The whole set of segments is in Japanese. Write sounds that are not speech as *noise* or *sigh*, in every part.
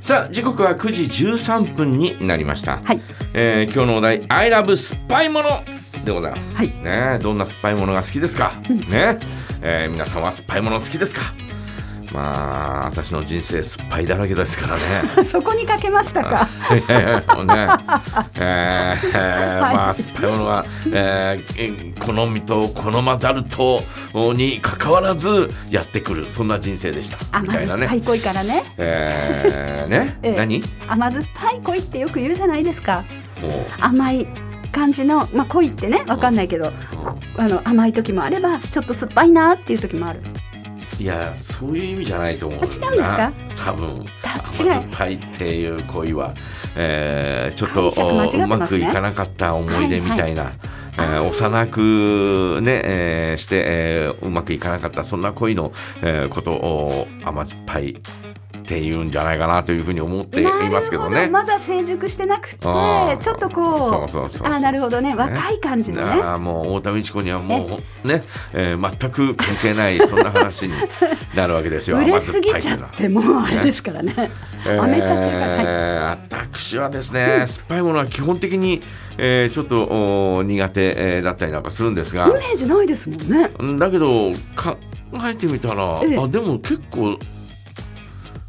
さあ時刻は9時13分になりました、はいえー今日のお題「ILOVE 酸っぱいもの」でございます、はいねえどんな酸っぱいものが好きですか、ねえー皆さんは酸っぱいもの好きですかまあ私の人生酸っぱいだらけですからね *laughs* そこにかけましたか。いやいやもうねえーえーはいまあ酸っぱいものは、えーえ好みと好まざるとにかかわらずやってくるそんな人生でした甘みたいな酸っね、ぱい恋からね。えーねええ何甘酸っぱい恋ってよく言うじゃないですか。も甘い感じの、まあ、恋ってね、わかんないけど。ううんこあの甘い時もあれば、ちょっと酸っぱいなっていう時もある。いやそういう意味じゃないと思うんだあ違うんですか多分た甘違う酸っぱいっていう恋は、えーちょっと解釈間違っておうまますくねいかなかった思い出みたいな、えはいー幼くね、えーして、えーうまくいかなかったそんな恋の、えーことを甘酸っぱいっていうんじゃないかなというふうに思っていますけどなるねほ。まだ成熟してなくて、ちあーょっとこそうう。そうそうそうあー、なるほどね、若い感じのね。ああもう太田美智子にはもうね、えー全く関係ないそんな話になるわけ *laughs* ですよ。売れすぎ甘ち酸ゃぱいっってて、もうあれですからね。いうのはあめちゃってるからはいえー私はですね、酸っぱいものは基本的に、えーちょっとお苦手、えーだったりなんかするんですがイメ、ージないですもんね。だけど考えてみたら、ええあでも結構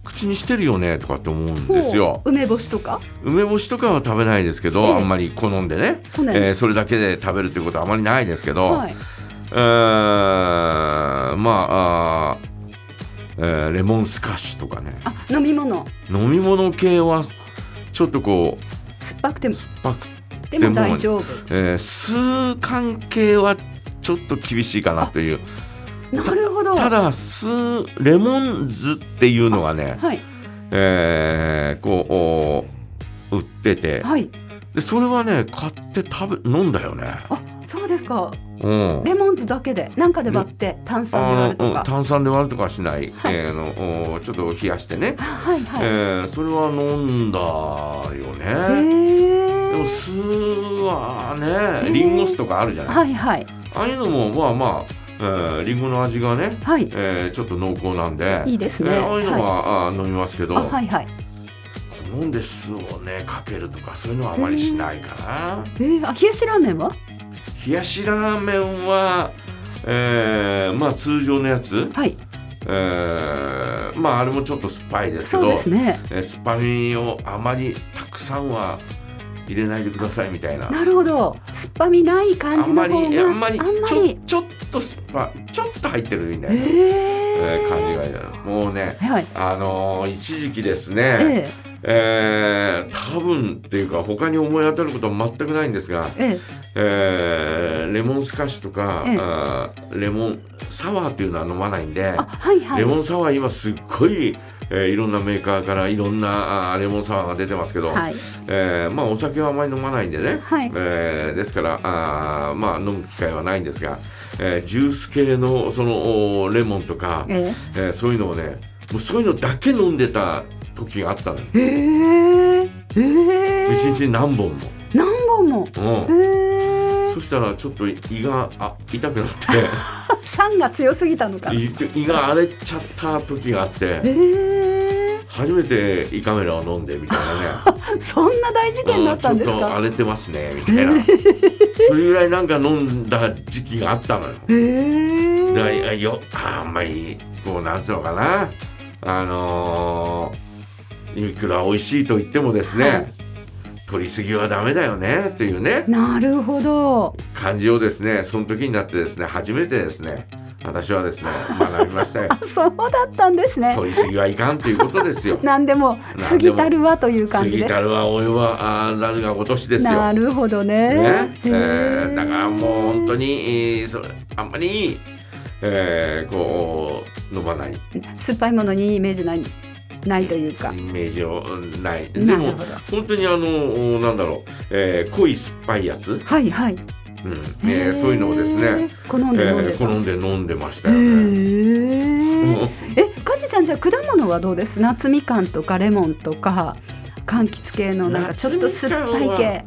口にしてるよねとかって思うんですよほ。う梅干しとか。梅干しとかは食べないですけど、ええあんまり好んでね、好んでえーそれだけで食べるということはあまりないですけど。はい。えーまああー、えーレモンスカッシュとかねあ、飲み物。飲み物系はちょっとこう酸っぱくても。酸っぱく、でも大丈夫。えー酢関係はちょっと厳しいかなというなるほど。ただ酢レモン酢っていうのがね、はい。えーこうお売っててはい。でそれはね買って食べ飲んだよね。あ、そうですか。うんレモン酢だけで、なんかで割って、炭酸で割あるのとうんか。炭酸で割るとかはしない、えーのおちょっと冷やしてねあはいはい。へえーそれは飲んだよね。でもえ。酢はね、リンゴ酢とかあるじゃない。はいはい。ああいうのもまあまあ、えー、リンゴの味がね、はい。えーちょっと濃厚なんで、いいですえね。ーああいうのはは、あー飲みますけい。ど、あ、はいはい。好んで酢をねかけるとかそういうのはあまりしないかな。えー、あ、冷やしラーメンは。冷やしラーメンは。えーまあ通常のやつ、はい。えーまああれもちょっと酸っぱいですけそうでどすね。えー酸っぱみをあまりたくさんは入れないでくださいみたいな。なるほど。酸っぱみない感あじんまの方が。り、あんまりあん、まちょり。ちょっと酸っぱい、ちょっと入ってるみたいな、ええーえ。感じがいいなもうね、が。はい。あのー一時期ですえね、え。えー多分っていうか、他に思い当たることは全くないんですが、ええ。えーレモンスカッシュとか、ええあーレモンサワーっていうのは飲まないんで、あ、はいはいレ。モンサワー今すっごい、えーいろんなメーカーからいろんなあーレモンサワーが出てますけど、はい。えーまあお酒はあまり飲まないんでね、はいえーですからあーまあ飲む機会はないんですが、えージュース系のそのおレモンとか、ええーそういうのをねもうそういうのだけ飲んでた時があったのよえ。ええ。ええ。一日に何本も、何本も。うえんえ。そしたらちょっと胃があ痛くなっ酸が強すぎたのか。て *laughs* え胃胃が荒れちゃった時があってえ。初めて胃カメラを飲んでみたいなねそんな *laughs* 大事件だうんっちたょんっですとか荒。れてますねみたいなそれぐらいなんか飲んだ時期があったのよえであえ。いよああんまりこうなんつうのかなあのー、ユニクロは美味しいと言ってもですね、はい取りすぎはダメだよねというねなるほど。感じをですねその時になってですね初めてですね私はですね学びました *laughs* よそうだったんですね。取りすぎはいかんということですよ何でも過ぎたるはという過感じぎで。たるは及ばあざるがとしですよなるほどね。ねえへーだからもう本当に、えーそれあんまり、えーこう飲まない酸っぱいものにいいイメージないないというかイ。メージをうんないでなるもほど本当にあのおなんだろう、えー濃い酸っぱいやつ、はいはい。うんえーそういうのをですね、好んえで飲んでーた。好んで飲んでましたよへね。ーうんえ、かちちゃんじゃあ果物はどうです？夏みかんとかレモンとか柑橘系のなんかちょっと酸っ夏ぱいみか系。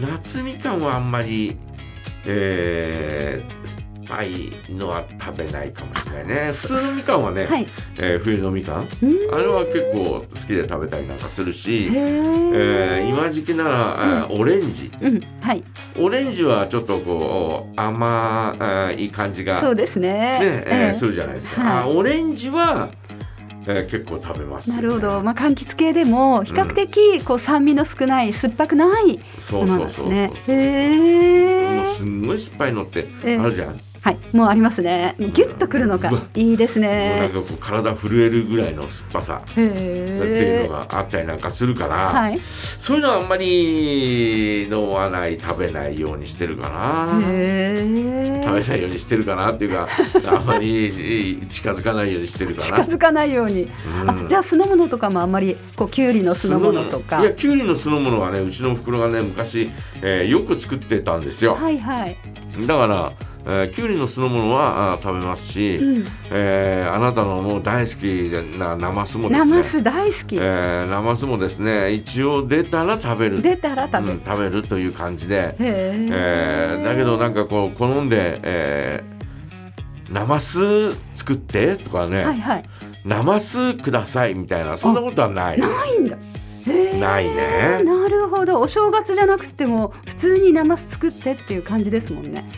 夏みかんはあんまり、えーぱいのは食べないかもしれないね普通のみかんはね、はい。えー冬のみかんうーんあれは結構好きで食べたりなんかするし、へえーえ。今時期なら、えーオレンジうん、はい。オレンジはちょっとこう甘えーいい感じがそうですね。ねえーすえるじゃないですか、はいあオレンジは、えー結構食べますえね、なるほど、まあ、柑橘系でも比較的こう酸味の少ない酸っぱくないそもうのそなんうですそうそうね。へもえう。すんごい酸っぱいのってあええるじゃん、はい、もうありますね。もうギュッとくるのがうわいいですもうなんね。かこう体震えるぐらいの酸っぱさへっていうえの。があったりなんかするから、はい。そういうのはあんまり飲まない食べないようにしてるかな。へ食べえ。ないようにしてるかなっていう *laughs* かあんまり近づかないようにしてるか近な。づかないように。うあんじゃあ酢の物とかもあんまりこうきゅうりの酢の物とかいやきゅうりの酢の物はねうちのお袋がね昔、えーよく作ってたんですよはいはい、だから、えー、きゅうりの酢の物はあー食べますし、うん、えーあなたのもう大好きな生酢もですね生酢大好き、えー生酢もですね一応出たら食べる出たら食べうるん、食べるという感じで、へえーだけどなんかこう好んで、えー生酢作ってとかね、はいはい生酢くださいみたいなそんなことはないないんだへえないねなるほどお正月じゃなくても普通に生酢作ってっていう感じですもんね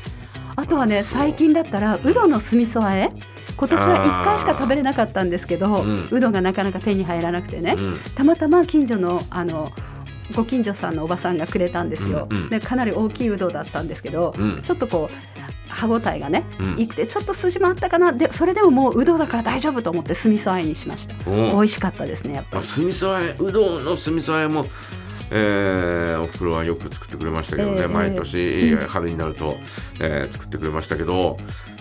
あとはねそう最近だったらうどの酢味噌和え今年はあー1回しか食べれなかったんですけど、ううんどがなかなか手に入らなくてね、うんたまたま近所のあのご近所さんのおばさんがくれたんですよ、うんうんでかなり大きいうどだったんですけど、うんちょっとこう歯ごたえがねうんいいくてちょっと筋もあったかなでそれでももううどだから大丈夫と思って酢味噌あえにしましたうん美味しかったですねやっまぱあ、り酢味噌和えうどんの酢味噌和えも、えー、おふくろはよく作ってくれましたけどね、ええ毎年春になると、えー作ってくれましたけど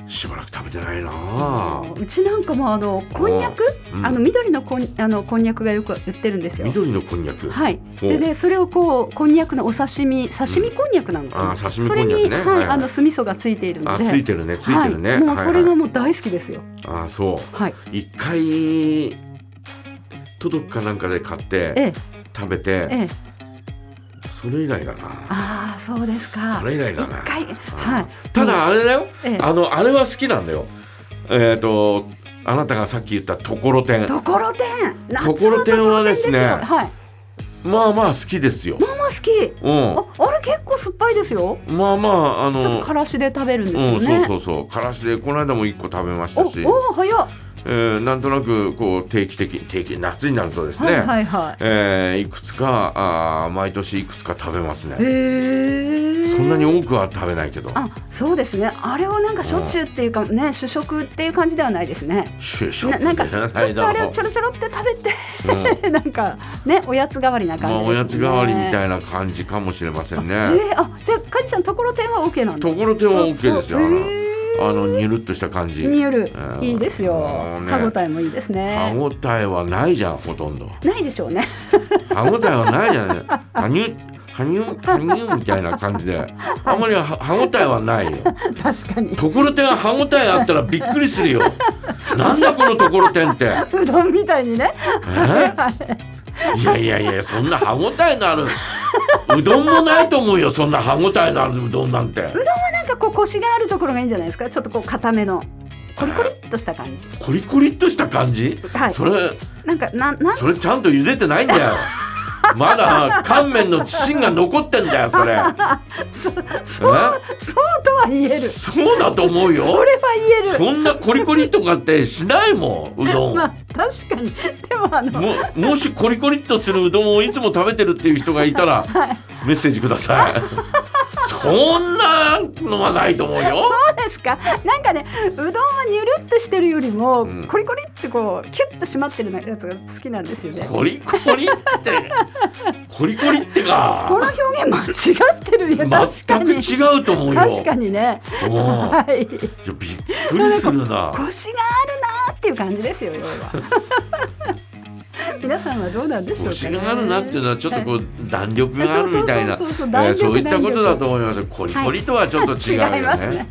しばらく食べてないなあうちなんかもあのこんにゃくうんあの緑のこんあのこんにゃくがよく売ってるんですよ緑のこんにゃく、はいおでねそれをこうこんにゃくのお刺身刺身こんにゃくなのかうんあなーそ刺身これんにゃくにねはいははいいあの酢味噌がついているのあでついてるねついてるね、は、はいい、もうそれがはいもう大好きですよあそうはい一回届くかなんかで買ってええ食べてええそれ以来だなああそうですか。それ以来だな一回あーはい。ただあれだよ、ええあのあれは好きなんだよえっ、とあなたがさっき言ったところてんところてん。夏のところてんはですねところてんですよはい。まあまあ好きですよ。ママ好き。うああれ結構酸っぱいですよ。ん。まあまああちょっとの。からしで食べるんですようね。ん、そうそうそうからしでこの間も1個食べましたし、おお早っ。えーなんとなくこう定期的定期夏になるとですね、はいはいはい。えーいくつかあー毎年いくつか食べますね、へえ。そんなに。多くは食べないけどあそうですね。あれをなんかしょっちゅうっていうかね主食っていう感じではないですね。主食ななんかでちょはっないとだあれろをうちょろちょろって食べうんて *laughs* なんかねおやつ代わりな感まじあです、ね。おやつ代わりみいたいな感じかもしれませんえねーあじゃあかじちゃんところてんは OK なんだ。ところてんは OK ですよあへのーあのにゅるっとした感じによるうんいいですよもうね歯ごたえもいいです歯ねごたえはないじゃんほとんどないでしょうね *laughs* 歯応えはないじゃない。はにゅ、はにゅ、はにゅみたいな感じで、あんまりは歯応えはないよ。確かにところてんは歯応えあったらびっくりするよ。なんだこのところてんって。うどんみたいにねえいやいやいや、そんな歯応えのある。うどんもないと思うよ、そんな歯応えのあるうどんなんて。なんかこうコシがあるところがいいんじゃないですかちょっとこう固めのコリコリっとした感じコリコリっとした感じ。はいそれ、なんかなんなんそれちゃんと茹でてないんだよ。まだ乾麺の芯が残ってんだよ、 *laughs* それ。そうそうとは言えるえそそうだと思うれよ。は言えるそんなコリコリとかってしないもんうどん、 *laughs* まあ確かに *laughs* でもあのももしコリコリっとするうどんをいつも食べてるっていう人がいたら、メッセージくださいそんなのはないと思うよそうですかなんかねうどんはにゅるっとしてるよりも、うんコリコリってこうキュッと締まってるやつが好きなんですよねコリコリってコリコリってこのか表現間違ってるよ確か全くに違うと思うよ確かにねうんいや *laughs* はびいっくりするなコシがあるなーっていう感じですよ要は *laughs* 皆さんはどうなんでしょうか、ね。腰があるなっていうのはちょっとこはう弾力があるみたいなそうそうそうそうえーそういった弾こ力とだと思いますコリコリとはちょっと違うよ *laughs* 違いますね。ね。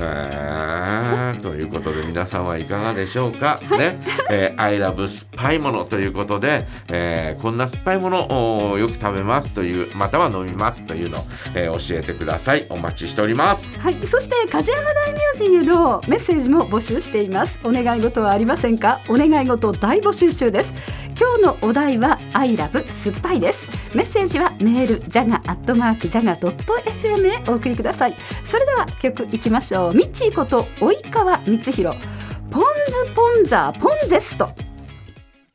えーということで皆様いかがでしょうか、ね、えー、I love 酸っぱいものということで、えーこんな酸っぱいものをよく食べますというまたは飲みますというのを、えー教えてくださいお待ちしておりますはい、そして梶山大名人へのメッセージも募集しています。お願い事はありませんか？お願い事大募集中です。今日のお題は I love 酸っぱいです。メッセージはメールジャガアットマークジャガドット FM へお送りください。それでは曲いきましょう。ミッチーこと及川光弘。ポンズポンザーポンゼスト。